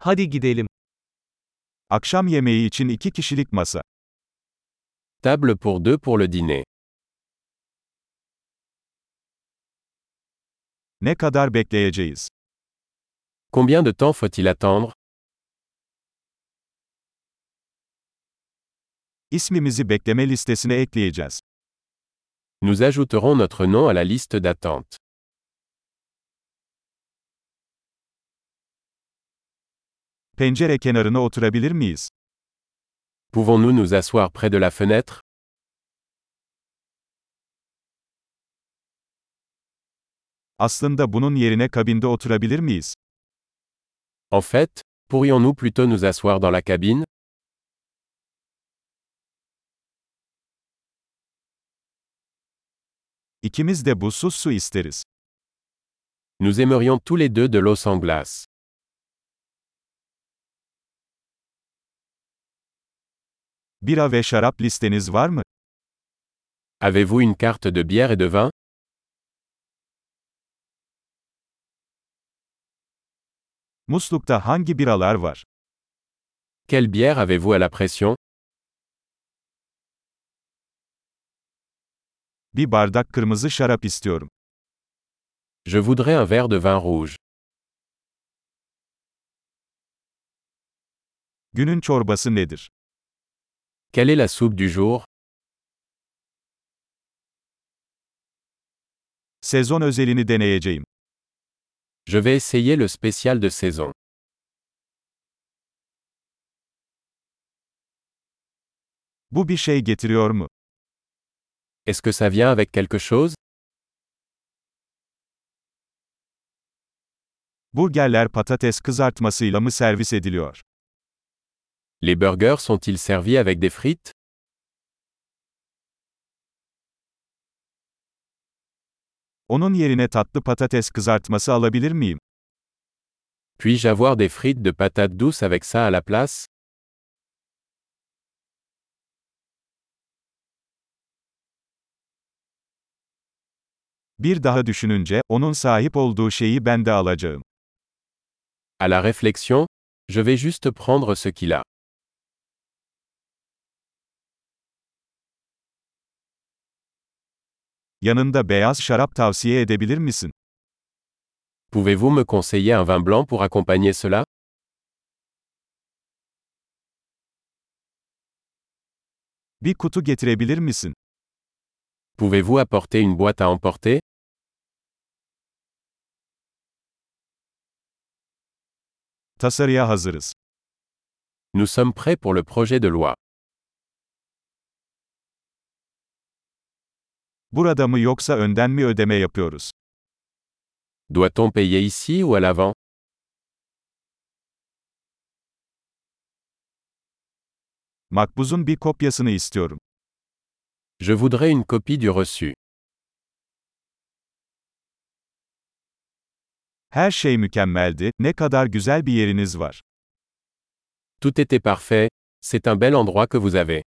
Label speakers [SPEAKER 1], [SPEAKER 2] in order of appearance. [SPEAKER 1] Hadi gidelim.
[SPEAKER 2] Akşam yemeği için iki kişilik masa.
[SPEAKER 3] Table pour deux pour le dîner.
[SPEAKER 2] Ne kadar bekleyeceğiz?
[SPEAKER 3] Combien de temps faut-il attendre
[SPEAKER 2] İsmimizi bekleme listesine ekleyeceğiz.
[SPEAKER 3] Nous ajouterons notre nom à la liste d'attente.
[SPEAKER 2] Pencere kenarına oturabilir miyiz?
[SPEAKER 3] Pouvons-nous nous asseoir près de la fenêtre
[SPEAKER 2] Aslında bunun yerine kabinde oturabilir miyiz?
[SPEAKER 3] En fait, pourrions-nous plutôt nous asseoir dans la cabine
[SPEAKER 2] İkimiz de buzsuz su isteriz.
[SPEAKER 3] Nous aimerions tous les deux de l'eau sans glace.
[SPEAKER 2] Bira ve şarap listeniz var mı?
[SPEAKER 3] Avez-vous une carte de bière et de vin
[SPEAKER 2] Muslukta hangi biralar var?
[SPEAKER 3] Quelle bière avez-vous à la pression
[SPEAKER 2] Bir bardak kırmızı şarap istiyorum.
[SPEAKER 3] Je voudrais un verre de vin rouge.
[SPEAKER 2] Günün çorbası nedir?
[SPEAKER 3] Quelle est la soupe du jour
[SPEAKER 2] Sezon özelini deneyeceğim.
[SPEAKER 3] Je vais essayer le spécial de saison.
[SPEAKER 2] Bu bir şey getiriyor mu?
[SPEAKER 3] Est-ce que ça vient avec quelque chose
[SPEAKER 2] Burgerler patates kızartmasıyla mı servis ediliyor?
[SPEAKER 3] Les burgers sont-ils servis avec des frites
[SPEAKER 2] Onun yerine tatlı patates kızartması alabilir miyim?
[SPEAKER 3] Puis-je avoir des frites de patates douces avec ça à la place
[SPEAKER 2] Bir daha düşününce, onun sahip olduğu şeyi ben de alacağım.
[SPEAKER 3] À la réflexion, je vais juste prendre ce qu'il a.
[SPEAKER 2] Yanında beyaz şarap tavsiye edebilir misin?
[SPEAKER 3] Pouvez-vous me conseiller un vin blanc pour accompagner cela
[SPEAKER 2] Bir kutu getirebilir misin?
[SPEAKER 3] Pouvez-vous apporter une boîte à emporter
[SPEAKER 2] Tasarıya hazırız.
[SPEAKER 3] Nous sommes prêts pour le projet de loi.
[SPEAKER 2] Burada mı yoksa önden mi ödeme yapıyoruz?
[SPEAKER 3] Doit-on payer ici ou à l'avant
[SPEAKER 2] Makbuzun bir kopyasını istiyorum.
[SPEAKER 3] Je voudrais une copie du reçu.
[SPEAKER 2] Her şey mükemmeldi, ne kadar güzel bir yeriniz var.
[SPEAKER 3] Tout était parfait, c'est un bel endroit que vous avez.